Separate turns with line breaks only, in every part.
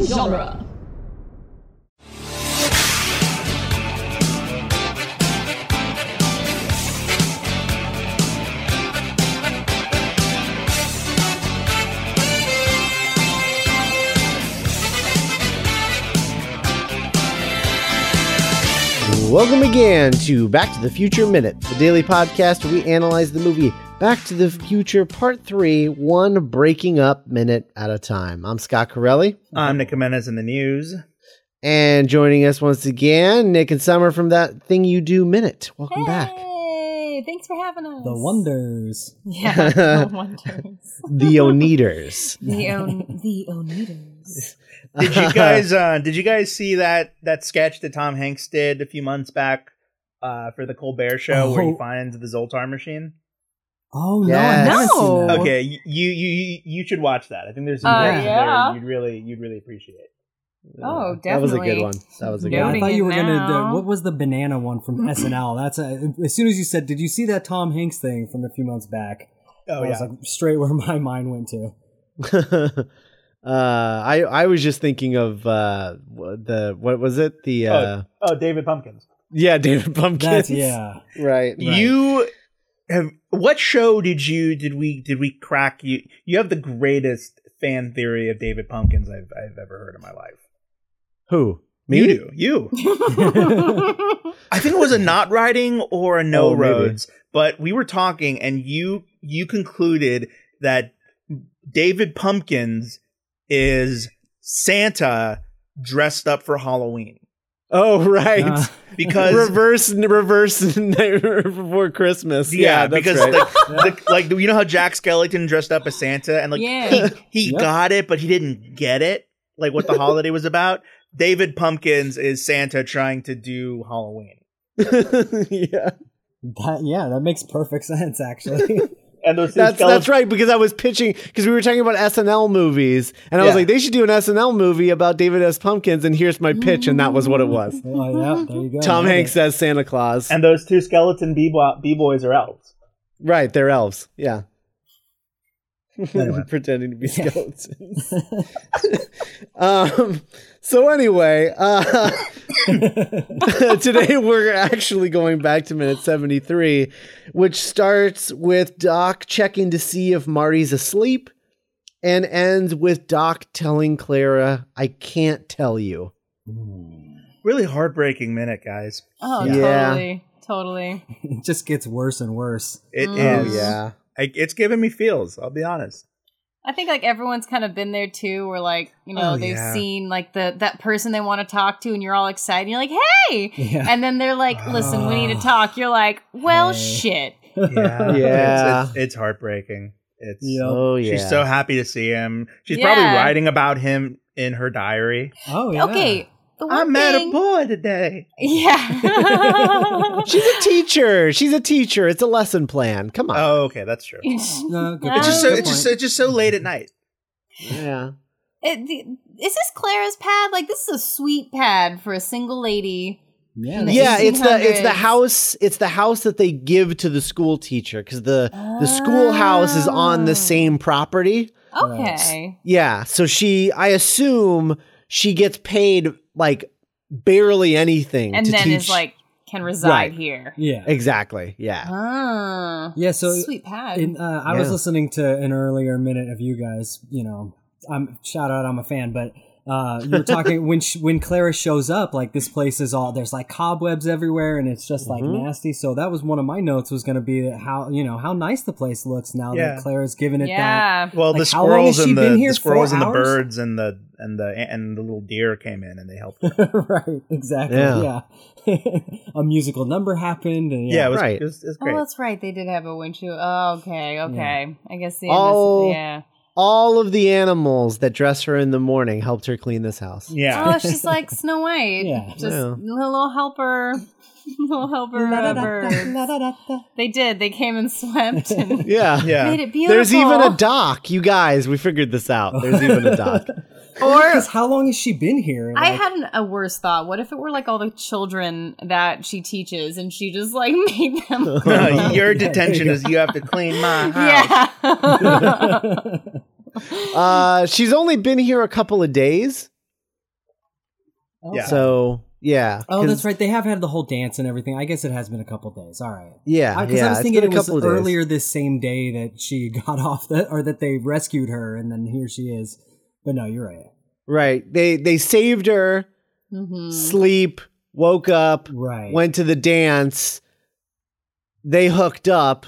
genre.
Welcome again to Back to the Future Minute, the daily podcast where we analyze the movie Back to the Future Part 3, one breaking up minute at a time. I'm Scott Corelli,
Uh-huh.
I'm Nick Jimenez in the news.
and joining us once again, Nick and Summer from That Thing You Do Minute. Welcome back.
Hey, thanks for having us.
The Wonders.
Yeah, the wonders.
The Oneaters.
the on- the Oneidas.
Did you guys uh, did you guys see that that sketch that Tom Hanks did a few months back uh, for the Colbert Show where he
Oh.
finds the Zoltar machine?
Oh no,
Yes.
I haven't seen
No.
that.
Okay, you you you, you should watch that. I think there's some
Uh,
things in
yeah.
there you'd really you'd really appreciate.
Oh,
That was a
definitely.
good one. That was a good
Yeah, I
Noting
one.
thought you
it
were gonna.
now.
Do, what was the banana one from SNL? That's a, as soon as you said, "Did you see that Tom Hanks thing from a few months back?"
Oh
I was
yeah,
like straight where my mind went to.
uh, I I was just thinking of uh, the what was it the uh,
oh David Pumpkins.
yeah David Pumpkin
That's yeah.
right
You have what show did you did we did we crack you? You have the greatest fan theory of David Pumpkins I've I've ever heard in my life.
who
You do you. I think it was a not riding or a no
Oh, maybe.
roads, but we were talking and you you concluded that David Pumpkins is Santa dressed up for Halloween
oh right
Uh,
because
reverse reverse night before Christmas. Yeah,
yeah,
that's
because
right.
like, the, like you know how Jack Skellington dressed up as Santa and like
Yeah.
he, he
Yep.
got it but he didn't get it like what the holiday was about. David Pumpkins is Santa trying to do Halloween.
yeah,
that, yeah, that makes perfect sense actually.
And those two
that's
skeletons-
that's right. Because I was pitching because we were talking about SNL movies, and I was
Yeah.
like, they should do an SNL movie about David S. Pumpkins, and here's my pitch, and that was what it was.
oh, yeah, there you go.
Tom
Nailed
Hanks
it.
as Santa Claus.
and those two skeleton b boys are elves.
right, they're elves. Yeah.
Anyway.
Pretending to be
Yeah.
skeletons. um, so anyway, uh, today we're actually going back to minute 73 which starts with doc checking to see if marty's asleep and ends with doc telling clara i can't tell you
Mm.
Really heartbreaking minute, guys.
Oh,
Yeah.
totally, totally.
it just gets worse and worse.
It is.
Mm. Oh,
yeah
I, it's giving me feels. I'll be honest.
I think like everyone's kind of been there too, where like you know
Oh,
they've
yeah.
seen like the that person they want to talk to, and you're all excited, and you're like, hey,
Yeah.
and then they're like, listen, we need to
Ah.
talk. You're like, well,
Hey.
shit.
Yeah.
Yeah.
It's, it's, it's heartbreaking. It's.
Yeah.
oh yeah
She's so happy to see him. She's probably
Yeah.
writing about him in her diary.
Oh yeah.
Okay, the
I
one
met a
thing-
boy today.
Yeah.
she's a teacher she's a teacher it's a lesson plan come on
Oh, okay, that's true.
No, good
It's
It's just
Oh,
so.
good
It's just. It's just so late at night.
yeah
It- the- is this Clara's pad? Like this is a sweet pad for a single lady.
yeah.
In the
that's-
yeah it's the it's the
1800s.
house it's the house that they give to the school teacher because the the schoolhouse is on the
Oh.
same property
Okay.
Yeah. So she, I assume she gets paid like barely anything
And
to
then
teach.
is like can reside
Right.
here.
yeah.
exactly. Yeah.
Ah.
Yeah, so
sweet pad.
In, uh, I
Yeah.
was listening to an earlier minute of you guys. You know, I'm shout out. I'm a fan, but uh, you were talking when sh when Clara shows up. Like this place is all there's like cobwebs everywhere, and it's just like
Mhm.
nasty. So that was one of my notes was going to be that how you know how nice the place looks now
Yeah.
that Clara's given it that.
yeah.
Well, the
Like, how long
squirrels
has she
and the,
been
the
here?
squirrels
Four
and the
hours?
birds and the and the and the little deer came in and they helped. Her.
right, exactly.
Yeah.
Yeah, a musical number happened. And,
Yeah, it, was,
Right.
it was. It was
Oh,
great.
that's right. They did have a windshield. Oh, okay, okay. I guess the
Oh.
yeah.
All of the animals that dress her in the morning helped her clean this house.
yeah.
Oh, she's like Snow White.
Yeah.
Just
Yeah.
little helper, little helper uh, bird.
La-da-da-da-da-da-da.
They did. They came and swept and
Yeah.
yeah.
made it beautiful.
There's even a dock. You guys, we figured this out. There's even a dock.
Or
'Cause how long has she been here?
I
Like,
had an, a worse thought. What if it were like all the children that she teaches and she just like made them?
No, your
Yeah, there
detention
you go.
is you have to clean my house.
yeah.
Uh, she's only been here a couple of days.
Yeah.
So yeah.
Oh,
'cause-
that's right. They have had the whole dance and everything. I guess it has been a couple days. All right.
Yeah,
Because
yeah.
I was
it's
thinking
been
it
a
was
couple of days.
earlier this same day that she got off that, or that they rescued her, and then here she is. But no, you're right.
Right. They they saved her,
Mm-hmm.
sleep, woke up,
Mm. Right.
went to the dance. They hooked up,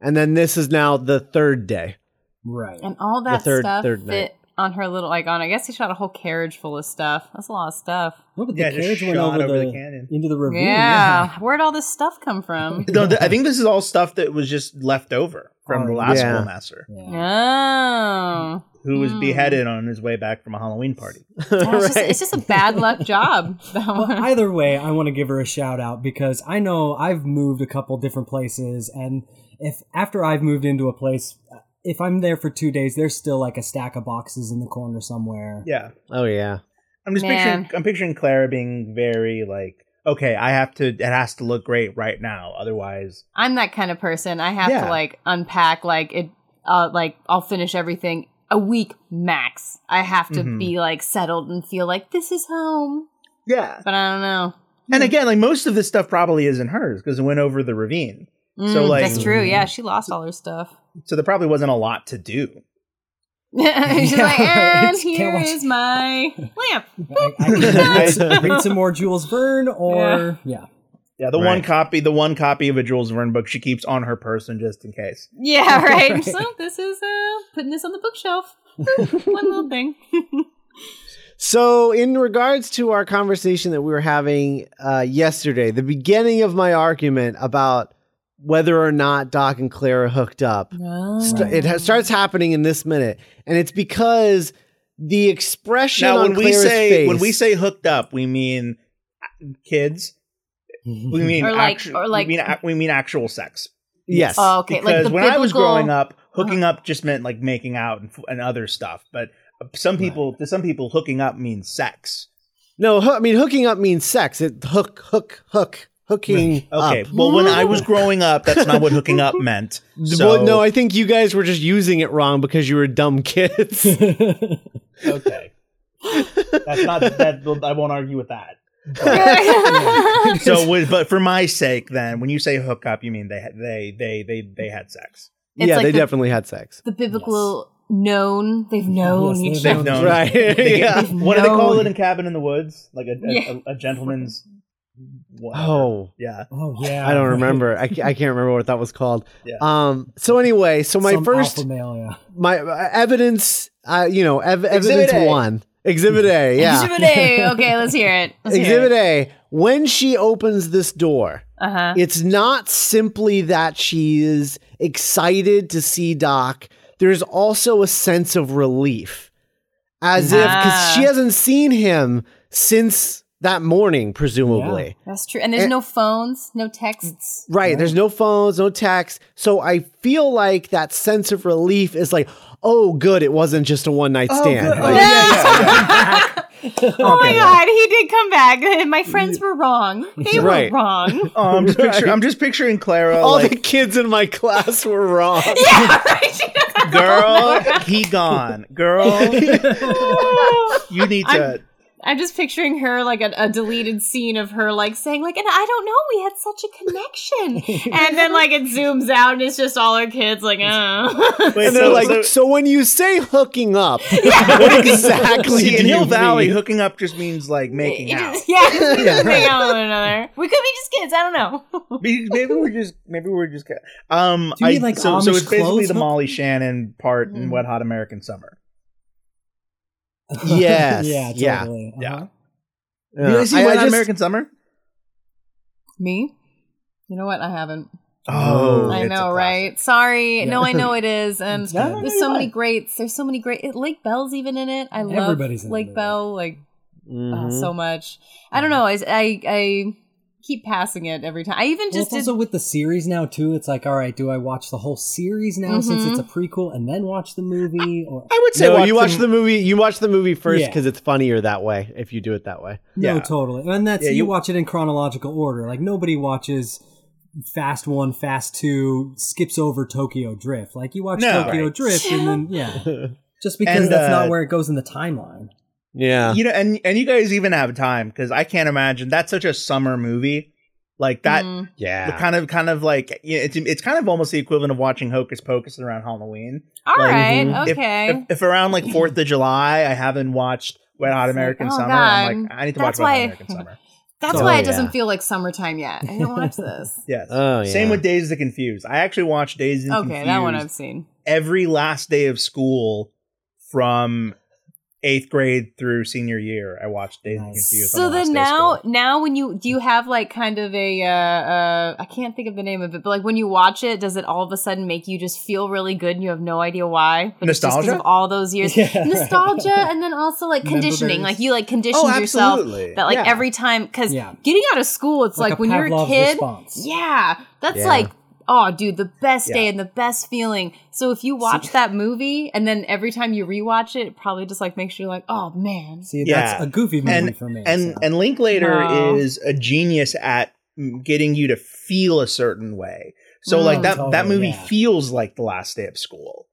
and then this is now the third day.
right.
And all that
third-
stuff
third night.
fit on her little icon. I guess he shot a whole carriage full of stuff. That's a lot of stuff.
Look, but
Yeah,
the
just
carriage went
shot
over,
over
the,
the cannon.
into the ravine.
yeah. Where'd all this stuff come from?
No, th- I think this is all stuff that was just left over from the
Oh,
last
yeah.
schoolmaster
Yeah. Yeah.
Oh.
who was
Hmm.
beheaded on his way back from a Halloween party.
Yeah, it's, just, it's just a bad luck job. That
Well,
one.
either way, I want to give her a shout out because I know I've moved a couple different places, and if after I've moved into a place, uh, if I'm there for two days, there's still like a stack of boxes in the corner somewhere.
Yeah,
oh yeah.
I'm just
Man.
picturing. I'm picturing Clara being very like, okay, I have to. It has to look great right now, otherwise,
I'm that kind of person. I have
Yeah.
to like unpack like it uh like I'll finish everything a week max. I have to
Mhm.
be like settled and feel like this is home.
yeah.
But I don't know.
And again, like most of this stuff probably isn't hers because it went over the ravine, So,
Mm,
like-
that's true. Yeah, she lost all her stuff.
so there probably wasn't a lot to do.
She's
Yeah,
like,
right.
and
Can't
here
watch-
is my lamp.
I, I can read some more Jules Verne, or yeah.
Yeah, the one
Right.
copy, the one copy of a Jules Verne book she keeps on her person just in case.
Yeah, right.
Right.
So this is uh putting this on the bookshelf. One little thing.
So, in regards to our conversation that we were having uh, yesterday, the beginning of my argument about whether or not Doc and Claire hooked up, st- it ha- starts happening in this minute, and it's because the expression
now,
on
when we
Clara's
say
face,
when we say hooked up, we mean kids. We
Mm-hmm.
mean
Or like-
actu-
or like-
we mean ac- we mean actual sex.
yes,
Oh, okay.
because
like the
when I was
biblical- uh-huh.
growing up, hooking up just meant like making out and, f- and other stuff. But some people, to some people, hooking up means sex.
no, hoo- I mean hooking up means sex. It hook, hook, hook, hooking
Okay.
up.
Well, when I was growing up, that's not what hooking up meant. So,
well, no, I think you guys were just using it wrong because you were dumb kids.
okay. That's not that. I won't argue with that. So, with- but for my sake, then, when you say hook up, you mean they they they they they had sex.
It's
yeah,
like
they
the-
definitely had sex.
the biblical known. They've known
Yes,
each
they've
other.
known.
Right.
They
yeah.
get- What do they call
No.
it in Cabin in the Woods? Like a a,
Yeah.
a, a gentleman's. whatever.
Oh.
yeah.
oh yeah.
I don't remember. I, ca- I can't remember what that was called.
Yeah.
Um. So anyway, so my
Some
first
alpha male, yeah.
my uh, evidence, uh, you know, ev-
Exhibit
evidence
A.
one, exhibit A, yeah,
Exhibit A. Okay, let's hear it. Let's
exhibit
hear it.
A. When she opens this door,
Uh huh.
it's not simply that she is excited to see Doc. There's also a sense of relief, as if because
Ah.
she hasn't seen him since that morning, presumably.
That's true. And there's
And-
no phones, no texts.
Right. There's no phones, no text. So I feel like that sense of relief is like, oh, good. It wasn't just a one night stand.
good. Oh,
Like,
Oh my god, he did come back. My friends were wrong. They were
Right.
wrong.
Oh, I'm just picturing. I'm just picturing Clara.
all
Oh. like,
the kids in my class were wrong.
yeah, right. She doesn't
girl, he gone. Girl,
know.
you need to.
I'm just picturing her like a, a deleted scene of her like saying like, and I don't know, we had such a connection, and then like it zooms out and it's just all her kids like, oh.
Wait,
And they're
so-
like, so,
so-
when you say hooking up, what exactly
see,
do
in
you
Hill Valley,
mean?
hooking up just means like making
It
out.
just- yeah, just make out with one another. We could be just kids. I don't know.
Maybe maybe we're just maybe we're just ca- um.
Do you
I-
mean, like,
so, so
Amish
it's basically
clothes
the
hook-
Molly Shannon part in
Mhm.
Wet Hot American Summer.
Yes.
yeah.
Yeah.
Totally.
Yeah.
Uh-huh.
you
Uh,
guys see
I- I
Wet Hot
just-
American Summer?
Me? You know what? I haven't.
Oh,
I
it's a
know,
classic.
right? Sorry. No, I know it is. And
It's good.
there's so many greats. There's so many great. It, Lake Bell's even in it. I love
Everybody's in
Lake
it.
Bell. Like uh,
Mhm.
Mm-hmm.
so much. I don't know. I, I I keep passing it every time. I even
Well,
just
it's
did.
also with the series now too. It's like, all right, do I watch the whole series now since it's a
Mm-hmm.
prequel, and then watch the movie, or
I would say
no, you watch the movie. You watch the movie first
Yeah.
because it's funnier that way. If you do it that way,
no,
Yeah.
totally. And that's
Yeah,
you,
you-
watch it in chronological order. Like nobody watches Fast One, Fast Two, skips over Tokyo Drift. Like you watch
No.
Tokyo
Right.
Drift, and then yeah, just because
And,
that's
uh,
not where it goes in the timeline.
Yeah.
you know and and you guys even have time because i can't imagine that's such a summer movie like that
Mm.
the
Yeah.
kind of kind of like you know, it's it's kind of almost the equivalent of watching hocus pocus around halloween
All
Like, mm-hmm.
right,
mhm.
If-
okay.
if, if around like fourth of july i haven't watched wet hot
It's like,
american
oh,
summer
God.
i'm like i need to
That's
watch wet
why-
hot american summer
That's
So-
why
Oh,
it doesn't
yeah.
feel like summertime yet. I didn't watch this.
yes
Oh, yeah.
same with days of confused i actually watched days and
okay, that one I've
confused
seen.
every last day of school from eighth grade through senior year i watched days and
Nice.
confused on
So
the last
then
day of
now,
school.
now when you do you have like kind of a uh, uh, I can't think of the name of it, but like when you watch it, does it all of a sudden make you just feel really good and you have no idea why? But it's just 'cause
Nostalgia?
of all those years,
Yeah, right.
nostalgia, and then also like
Remember
conditioning.
berries.
Like you like conditioned
oh
yourself
absolutely
that like
Yeah.
every time because
Yeah.
getting out of school it's like,
a
when you're a
Pavlov's
kid
response.
yeah that's
Yeah.
like oh dude the best day
Yeah.
and the best feeling so if you watch that movie and then every time you rewatch it it probably just like makes you like oh man
See,
Yeah.
that's a goofy movie
And-
for me.
and
so.
and Linklater
Wow.
is a genius at getting you to feel a certain way. So like
Mm.
that that
Oh, Totally,
movie
yeah.
feels like the last day of school,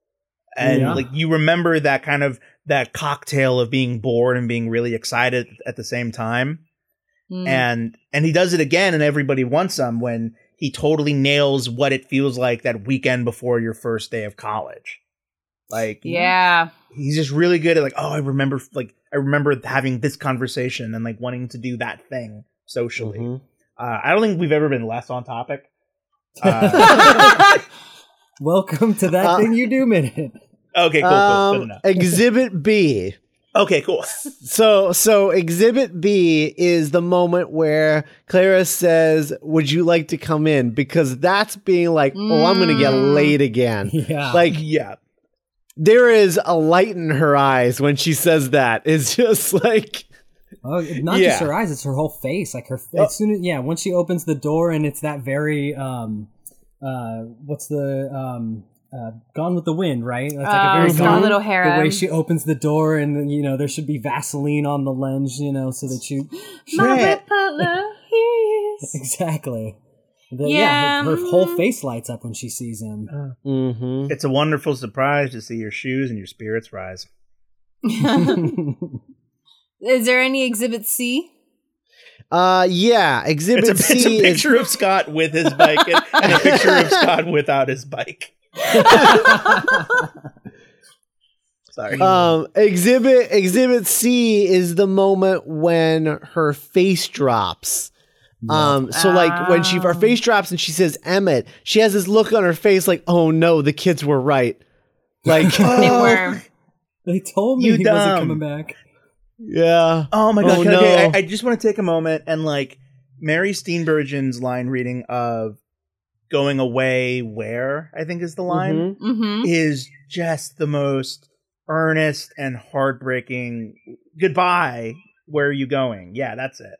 and
Yeah.
like you remember that kind of that cocktail of being bored and being really excited at the same time.
Mm.
And and he does it again, and everybody wants him when he totally nails what it feels like that weekend before your first day of college. Like
yeah
he's just really good at like oh i remember like i remember having this conversation and like wanting to do that thing socially
Mhm.
uh, i don't think we've ever been less on topic
Mm-hmm.
uh,
Welcome to that
Uh,
thing you do minute.
okay cool, cool good
Um,
enough
exhibit B.
okay cool
So, so exhibit B is the moment where Clara says, "Would you like to come in?" Because that's being like, "Oh, I'm going to get
Mm.
laid again."
Yeah.
Like
yeah
there is a light in her eyes when she says that. It's just like,
Oh, not
Yeah.
just her eyes; it's her whole face. Like her, as soon as yeah, once she opens the door, and it's that very um, uh, what's the um, uh, Gone with the Wind, right? That's
Oh, Scarlett O'Hara.
The way she opens the door, and then, you know there should be Vaseline on the lens, you know, so that you
my
Shit.
red butler here he is.
exactly. The-
Yeah.
yeah, her, her whole face lights up when she sees him.
mm-hmm.
it's a wonderful surprise to see your shoes and your spirits rise
is there any exhibit c
uh, yeah. Exhibit
it's a, it's
C
a
is
picture of scott with his bike and, and a picture of scott without his bike sorry
um exhibit exhibit C is the moment when her face drops. Um so like when she her
Oh.
face drops and she says Emmett, she has this look on her face like, "Oh no, the kids were right." Like
they
Oh.
were
They told me
You
he
dumb.
wasn't coming back.
yeah.
Oh my god!
Oh,
can I- okay,
no.
I, I just want to take a moment and like Mary Steenburgen's line reading of "Going away where" I think is the line
Mhm.
mm-hmm.
is just the most earnest and heartbreaking. Goodbye. Where are you going? Yeah, that's it.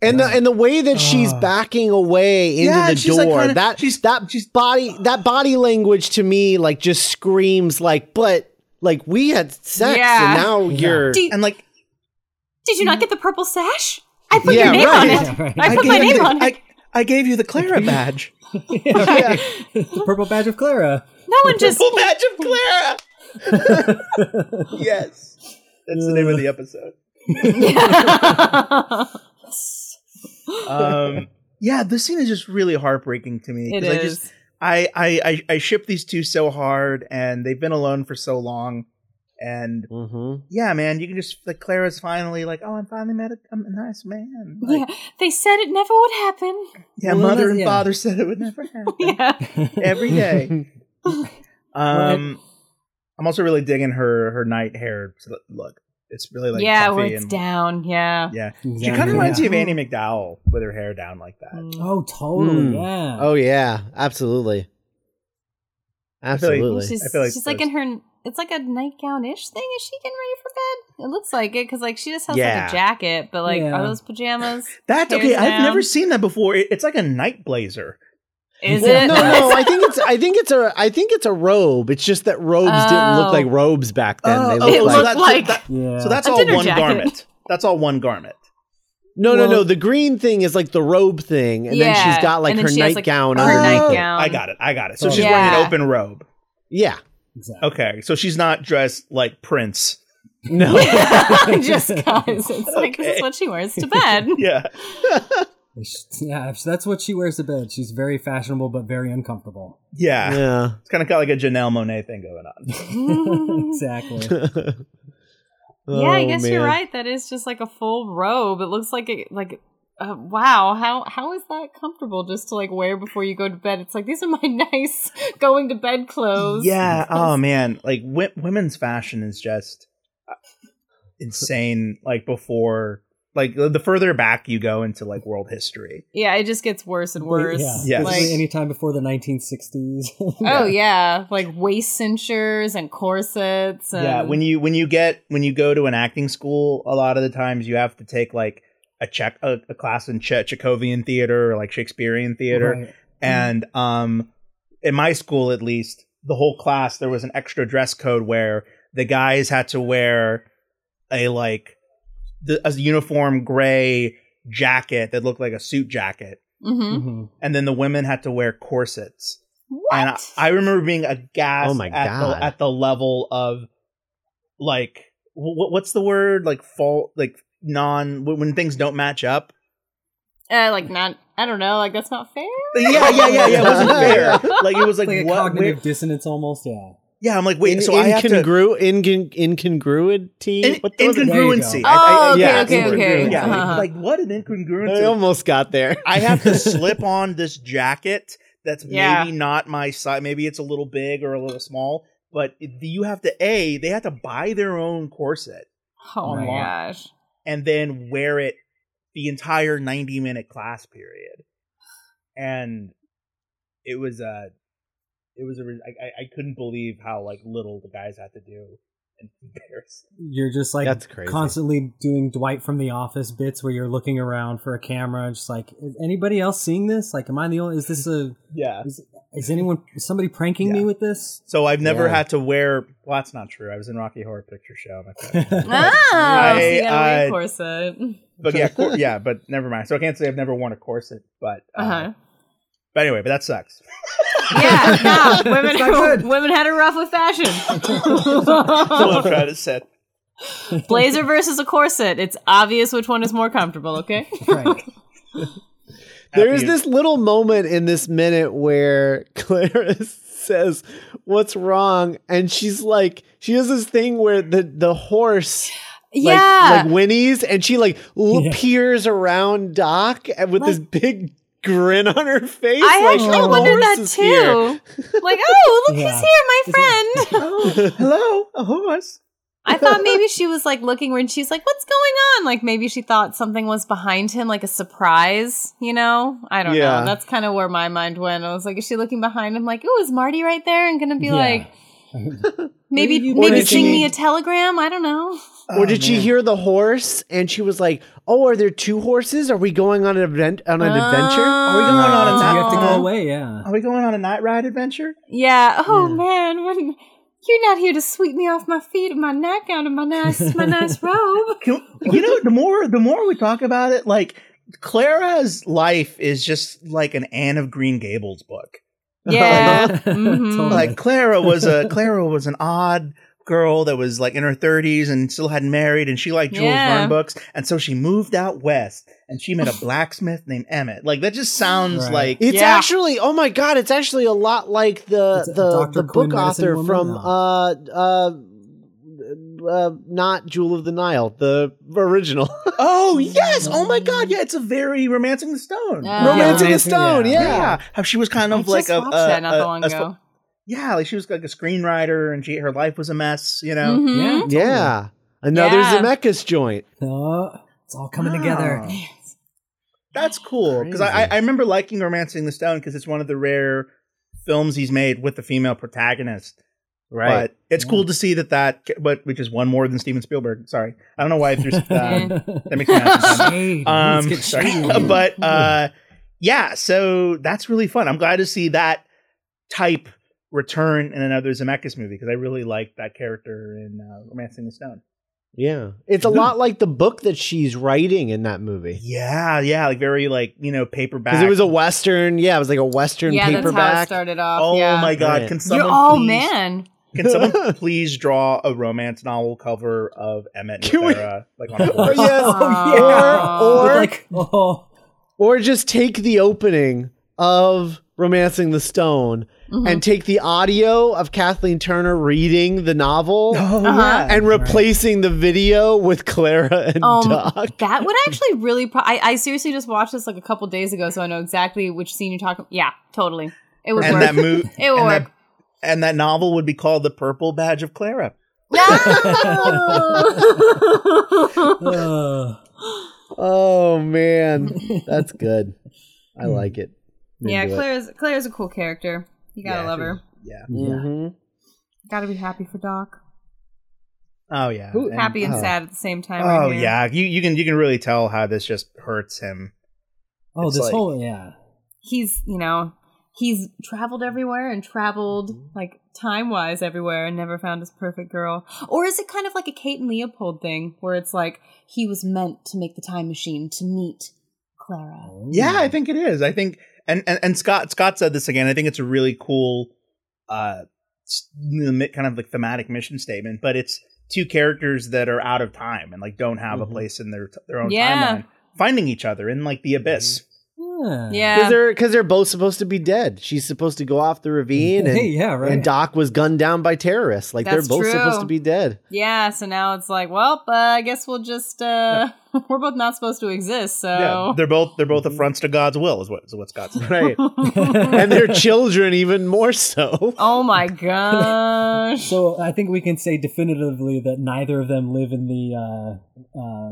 And the and the way that she's
Ah.
backing away into
Yeah,
the
she's,
door,
like, kinda-
that
she's-
that
she's-
body that body language to me like just screams like, "But like we had sex
Yeah.
and now
Yeah.
you're
Did,
And like,
did you not get the purple sash i put
Yeah,
your name
right.
on it
Yeah, right.
i put my
you
name
the,
on it
I, I gave you the Clara badge.
Yeah, right. the purple badge of Clara.
no one just
Full badge of Clara. yes, that's the name of the episode. Um, yeah, this scene is just really heartbreaking to me.
it
'cause I just-
is
I I I, I ship these two so hard, and they've been alone for so long, and
Mhm.
yeah, man, you can just like Clara's finally like, oh, I'm finally met a, I'm a nice man. Like,
yeah, they said it never would happen.
yeah,
Well,
mother
that's-
and
yeah.
father said it would never happen
Yeah.
every day. Um, I'm also really digging her her night hair s- look. It's really like
yeah,
puffy
where it's
and-
down. Yeah.
Yeah, she
Exactly.
kind of reminds
yeah.
me of Annie McDowell with her hair down like that.
Mm.
Oh, totally.
Mm.
Yeah.
Oh yeah, absolutely.
feel like-
Absolutely.
She's,
I feel like
she's like in her, it's like a nightgown ish thing. Is she getting ready for bed? It looks like it because like she just has like
Yeah.
a jacket, but like
Yeah.
are those pajamas?
That's
Hair's
okay. I've
down.
never seen that before. It- it's like a night blazer.
Is
Well,
it?
no, no, I think it's I think it's a I think it's a robe. It's just that robes didn't
Oh.
look like robes back then. they
oh,
looked
it
like
looked like-
Yeah.
So that's
A
all
dinner
one
jacket.
garment. That's all one garment.
No, no, no.
Well-
The green thing is like the robe thing, and then
Yeah,
she's got like
and then
her
she has, like,
nightgown.
her
underneath it.
nightgown.
Oh, I got it. I got it. So
Oh.
she's wearing an
Um, Yeah.
open robe.
Yeah,
exactly.
Okay. So she's not dressed like Prince.
No.
just because it's like this
Okay.
is what she wears to bed.
Yeah.
Yeah, so that's what she wears to bed. She's very fashionable, but very uncomfortable.
Yeah.
yeah.
It's kind of got like a Janelle Monet thing going on.
exactly.
yeah, I
Oh,
guess you're
man.
right. That is just like a full robe. It looks like a like uh, wow. How how is that comfortable just to like wear before you go to bed? It's like these are my nice going to bed clothes.
Yeah. Oh man, like w- women's fashion is just uh, insane. Like before, like the further back you go into like world history.
yeah. It just gets worse and worse.
Yeah,
Yes.
basically
Like-
any time before the 1960s.
Oh yeah, like waist cinctures and corsets. And,
yeah. When you when you get when you go to an acting school, a lot of the times you have to take like a check a, a class in che- Chekhovian theater or like Shakespearean theater,
Right.
and um in my school at least the whole class there was an extra dress code where the guys had to wear a like the, a uniform gray jacket that looked like a suit jacket
Mhm.
Mhm.
and then the women had to wear corsets
what?
and I, I remember being aghast
Oh my
at,
God.
the, at the level of like wh- wh- what's the word like fault like non when when things don't match up
uh, like not. I don't know. Like that's not fair.
yeah yeah yeah yeah it wasn't fair like it was like,
Like a
what where-
cognitive dissonance almost, yeah.
yeah i'm like wait
In-
so i have to
incongru- incon- incongruity.
In-
What the- what the-
incongru-
incongruency.
There you go.
Oh, okay,
Yeah,
okay,
incongruent.
okay.
Yeah,
Uh-huh.
like what an
I
incongruency.
almost got there.
I have to slip on this jacket that's
Yeah.
maybe not my size. Maybe it's a little big or a little small. But you have to a they have to buy their own corset
oh my
Right.
gosh.
and then wear it the entire ninety minute class period, and it was a it was a re- I, I- I couldn't believe how like little the guys had to do in comparison.
You're just like
That's crazy.
constantly doing Dwight from The Office bits where you're looking around for a camera and just like, is anybody else seeing this? Like, am I the only? Is this a?
Yeah,
Is anyone? Is somebody pranking me
Yeah.
with this?
So I've never
Yeah.
had to wear. Well, that's not true. I was in Rocky Horror Picture Show. my friend.
Ah,
I-
see, gotta wear a
I-
corset.
but yeah, cor- yeah, but never mind. So I can't say I've never worn a corset. But uh,
Uh huh.
but anyway, but that sucks.
Yeah, yeah. Women,
It's not good.
women had it rough with
That's what
fashion.
I'm trying to say.
Blazer versus a corset. It's obvious which one is more comfortable. Okay.
right.
There is
Happy-
this little moment in this minute where Clara says, "What's wrong?" and she's like, she does this thing where the the horse like,
yeah.
like whinnies, and she like l-
Yeah.
peers around Doc and with this big grin on her face.
I
like,
actually
"Oh, the
wondered
horse
that
is
too.
here."
Like, oh, look,
Yeah.
he's here, my friend.
hello, a horse.
I thought maybe she was like looking when she's like, "What's going on?" Like maybe she thought something was behind him, like a surprise. You know, I don't
Yeah.
know. That's kind of where my mind went. I was like, "Is she looking behind him? Like, oh, is Marty right there?" And gonna be
Yeah.
like, maybe
Maybe you-
Or
maybe
did she
sing me
mean-
a telegram. I don't know.
or
Oh,
did she
man.
hear the horse and she was like, "Oh, are there two horses? Are we going on an event on an
Um,
adventure?"
Are we going on a
Oh.
So
night?
you have to go away. Yeah.
Are we going on a night ride adventure?
Yeah. Oh
Yeah.
man, when, you're not here to sweep me off my feet and my nightgown and my nice my nice robe.
Can, you know, the more the more we talk about it, like Clara's life is just like an Anne of Green Gables book.
Yeah.
Mm-hmm.
Totally.
Mhm.
like Clara was a Clara was an odd girl that was like in her 30s and still hadn't married and she liked Jules
Yeah.
Verne books and so she moved out west and she met a blacksmith named Emmett. Like that just sounds
Right.
like
It's
Yeah.
actually, oh my god, it's actually a lot like the
It's a
the,
Dr.
the
Quinn
book
medicine
author
woman?
from
No.
uh uh uh not Jewel of the Nile, the original.
oh yes, oh my god, yeah, it's a very romancing the stone.
Uh,
Romance of the
Romancing-
Stone,
yeah.
yeah.
yeah. how she was kind
I
of
just
like a,
watched
a-
that not
a-
that long
a-
ago.
yeah, like she was like a screenwriter and she her life was a mess, you know.
Mhm.
Yeah.
Yeah. Another
Yeah.
Zemeckis joint.
Oh, it's all coming together.
Wow. That's cool because I, I
Crazy.
I remember liking *Romancing the Stone* because it's one of the rare films he's made with the female protagonist.
Right.
But it's cool to see that that, but which is one more than Steven Spielberg. Sorry, I don't know why I threw um, that makes me mad.
Shade.
um,
Let's get shady.
sorry. but uh, yeah, so that's really fun. I'm glad to see that type return in another Zemeckis movie because I really liked that character in uh, *Romancing the Stone*.
Yeah. It's a lot like the book that she's writing in that movie.
Yeah, yeah, like very like you know paperback.
Because it was a Western, yeah, it was like a Western
Yeah, that's how it
paperback.
started off.
oh
yeah.
my god!
Right.
Can someone
You're, oh
please
man,
Can someone please draw a romance novel cover of Emmett
Can
and
we-
Sarah? Like on a
Oh,
horse?
yes.
Oh,
Or- or-
like oh
Or just take the opening of Romancing the Stone
Mm-hmm.
and take the audio of Kathleen Turner reading the novel
Oh
Uh-huh.
Oh, and replacing the video with Clara and
Um,
Doc.
That would actually really. Pro- I, I seriously just watched this like a couple days ago, so I know exactly which scene you're talking. Yeah, totally. It would
and
work.
that move
it would
and
work.
that, and that novel would be called The Purple Badge of Clara.
No.
uh,
Oh man, that's good. I
Hmm.
like it.
yeah,
Into it.
Claire's Claire's a cool character. You gotta
Yeah,
love
she
her.
was- Yeah.
Mhm.
Gotta be happy for Doc.
Oh yeah.
Who-
And-
Happy and
oh.
sad at the same time.
Oh
right here.
yeah. You you can you can really tell how this just hurts him.
oh
It's
this
like-
whole yeah
he's you know he's traveled everywhere and traveled
Mm-hmm.
like time wise everywhere and never found his perfect girl or is it kind of like a kate and leopold thing where it's like he was meant to make the time machine to meet clara
Oh,
Yeah,
Hmm.
I think it is. I think and and, and Scott Scott said this again. I think it's a really cool uh s- kind of like thematic mission statement, but it's two characters that are out of time and like don't have
Mm-hmm.
Mhm.
a place in their their own
Yeah.
timeline finding each other in like
Mm-hmm.
the abyss.
Oh, yeah
yeah
Because they're because they're both supposed to be dead. She's supposed to go off the ravine, and
Hey, yeah right
and Doc was gunned down by terrorists. Like
That's
they're both
true.
supposed to be dead.
yeah so now it's like well uh, i guess we'll just uh we're both not supposed to exist so
they're both they're
Mm-hmm.
both affronts to God's will is what is what Scott said.
Right. and their children even more so.
oh my gosh
so I think we can say definitively that neither of them live in the uh, uh,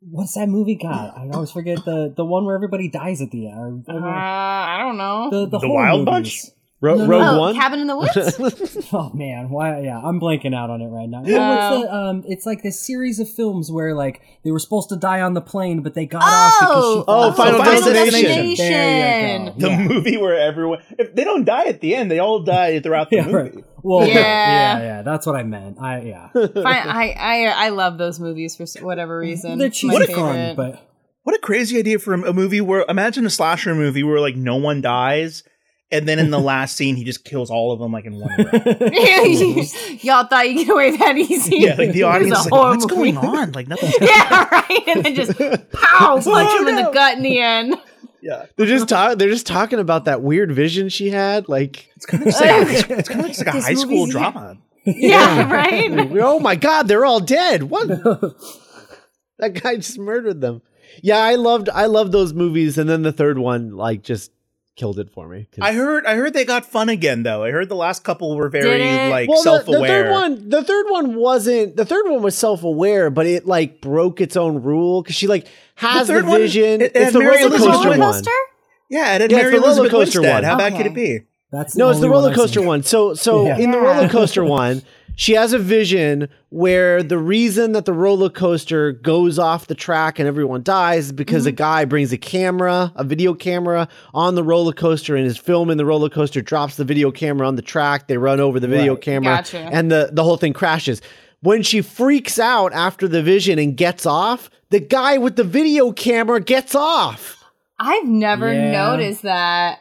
what's that movie? God, I always forget the the one where everybody dies at the end.
uh,
or- or
i don't know
The, the,
The
horror
Wild
movies.
Ro-
No, no,
Rogue
oh
One.
cabin in the woods
Oh man, why? Yeah, I'm blanking out on it right now. No,
Oh.
it's the um, it's like this series of films where like they were supposed to die on the plane, but they got
Oh!
off. Because she
Oh,
fell-
Final Destination.
There you go.
The
Yeah.
movie where everyone if they don't die at the end, they all die throughout the
Yeah,
movie.
right. Well,
Yeah.
yeah. yeah, yeah, that's what I meant. I yeah,
Fine, I, I I love those movies for s- whatever reason.
they're
It's my
cheesy
favorite.
fun, but
What a crazy idea for a a movie where imagine a slasher movie where like no one dies, and then in the last scene he just kills all of them like in one round.
y'all thought you could get away that easy?
Yeah, like the audience
It was
is
a
like,
horror
what's
movie."
going on? Like nothing.
yeah, right. And then just pow, punch him
"Oh,
in the gut in the end.
yeah,
They're just ta- they're just talking about that weird vision she had. Like,
it's kind of just like a, it's kind of just like a
This
high school
movie's-
drama.
Yeah, right.
oh my god, they're all dead. What? that guy just murdered them. Yeah, I loved I loved those movies, and then the third one like just killed it for me. 'Cause-
I heard I heard they got fun again though. I heard the last couple were
Did it?
very like
well, the,
self
the
aware.
third one, the third one wasn't. The third one was self aware, but it like broke its own rule because she like has the,
third one-
vision.
it- it
it's
had
the
Mary
roller
It's a
Elizabeth
coaster
roller
Winstead.
one.
coaster?
yeah, it had
Yeah, it's
Mary
the roller
Elizabeth
coaster
Winstead.
one.
How bad could
Okay.
it be?
that's
No, it's the
only one
roller
I've seen.
coaster one. So, so
Yeah.
in the
Yeah.
roller coaster one, she has a vision where the reason that the roller coaster goes off the track and everyone dies is because
Mm-hmm.
a guy brings a camera, a video camera, on the roller coaster and is filming the roller coaster. Drops the video camera on the track. They run over the video camera,
Gotcha.
and the the whole thing crashes. When she freaks out after the vision and gets off, the guy with the video camera gets off.
I've never
Yeah.
noticed that.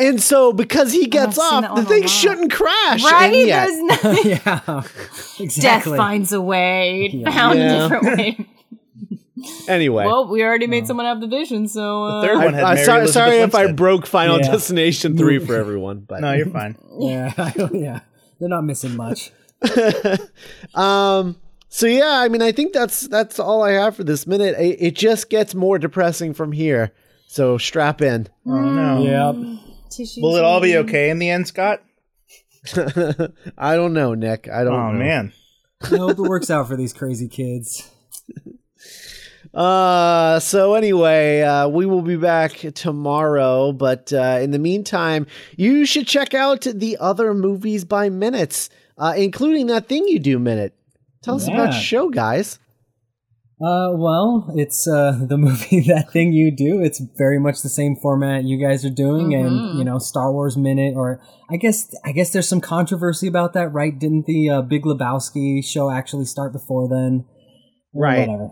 And so, because he gets
seen
off,
that
the
one a
thing
lot.
shouldn't crash. and
Right?
yet-
There's no-
yeah,
Death
exactly.
finds a way. Found
Yeah.
a different way.
Anyway,
Well, we already made someone have the vision, so uh,
The third one had
I, I,
Mary
sorry,
Elizabeth
sorry if I
Winstead.
broke Final
Yeah.
Destination three for everyone, but
No, you're fine.
Mm.
Yeah, yeah, they're not missing much.
um, so yeah, I mean, I think that's that's all I have for this minute. It, it just gets more depressing from here, so strap in.
Oh
Um.
no.
Yep.
tissues
Will it all be
and-
okay in the end, Scott?
I don't know, Nick. I don't.
Oh
know.
man.
I hope it works out for these crazy kids.
Uh, so anyway, uh, we will be back tomorrow, but uh, in the meantime, you should check out the other movies by minutes, uh, including that thing you do minute. Tell us about
Yeah.
your show, guys.
Uh, well, it's uh, the movie that thing you do. It's very much the same format you guys are doing,
Mm-hmm.
and you know, Star Wars minute. Or I guess I guess there's some controversy about that, right? Didn't the uh, Big Lebowski show actually start before then? Or
Right.
Whatever.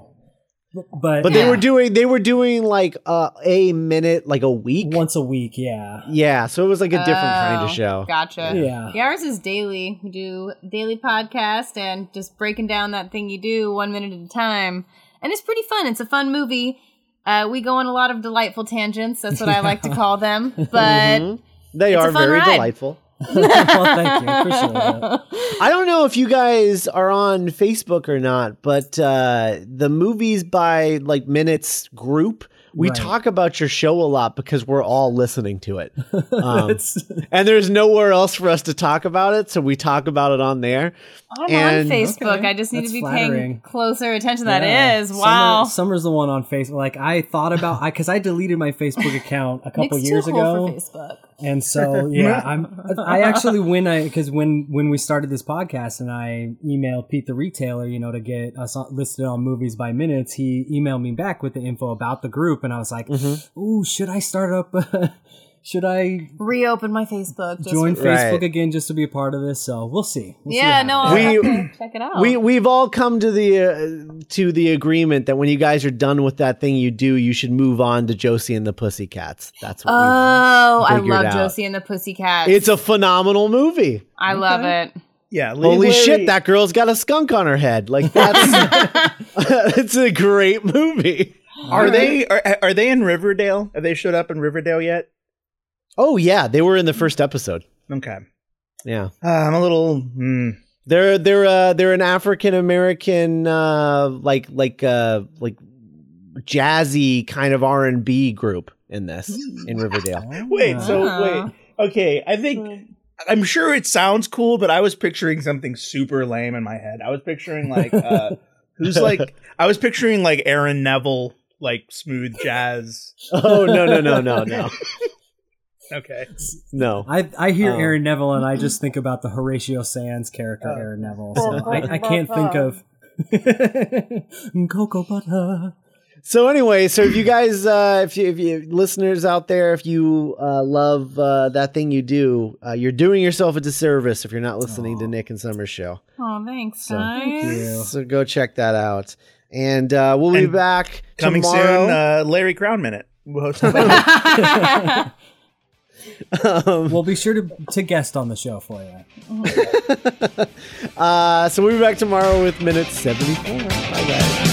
But,
But they
Yeah.
were doing they were doing like uh, a minute like a week.
once a week, yeah.
Yeah, so it was like a different kind of
Oh,
show.
Gotcha.
Yeah.
Yeah, ours is daily. We do daily podcast and just breaking down that thing you do one minute at a time. And it's pretty fun. It's a fun movie. Uh, we go on a lot of delightful tangents. That's what I like to call them. But
Mhm. They
it's a
are
fun
very
ride.
delightful.
well, thank you. Appreciate that.
I don't know if you guys are on Facebook or not, but uh, the movies by like minutes group, we
Right.
talk about your show a lot because we're all listening to it. Um,
It's-
and there's nowhere else for us to talk about it, so we talk about it on there.
I'm
And-
on Facebook.
Okay.
I just need
That's
to be
flattering.
paying closer attention.
Yeah.
That is
Summer-
wow.
Summer's the one on Facebook. Like I thought about, I because I deleted my Facebook account a couple
Nick's
years
too cool for
ago,
Facebook.
and so yeah, I'm. I actually when I because when when we started this podcast and I emailed Pete the retailer, you know, to get us on, listed on movies by minutes, he emailed me back with the info about the group, and I was like, "Ooh, should I start up? should I
Reopen my Facebook. Just
join
Right.
Facebook again just to be a part of this?" So we'll see. We'll see what
yeah, no,
happens.
I'll
We-
have to check it out.
We we've all come to the uh, to the agreement that when you guys are done with that thing you do, you should move on to Josie and the Pussycats. That's what
oh, I
figured
love
out.
Josie and the Pussycats.
we It's a phenomenal movie.
I love it.
Yeah, Lee
Holy
Larry-
shit, that girl's got a skunk on her head. Like that's it's a great movie.
are they are, are they in Riverdale? Have they showed up in Riverdale yet?
Oh yeah, they were in the first episode.
Okay,
Yeah.
uh, I'm a little. hmm.
They're they're uh they're an African American uh like like uh like jazzy kind of R and B group in this in Riverdale.
Wait, so
Ah.
wait, okay. I think I'm sure it sounds cool, but I was picturing something super lame in my head. I was picturing like uh, who's like I was picturing like Aaron Neville, like smooth jazz.
Oh no no no no no
Okay,
no.
I, I hear
Oh.
Aaron Neville and I just think about the Horatio Sands character Aaron Neville. So I, I can't think of Cocoa Butter.
So anyway, so if you guys, uh, if you, if you listeners out there, if you uh, love uh, that thing you do, uh, you're doing yourself a disservice if you're not listening to Nick and Summer's show.
Oh, thanks,
So-
guys.
you.
So go check that out, and uh, we'll be
And
back
coming
tomorrow.
soon, uh, Larry Crown minute. We'll host-
Um,
We'll be sure to, to guest on the show for you.
uh, so we'll be back tomorrow with minute seventy-four. Bye guys.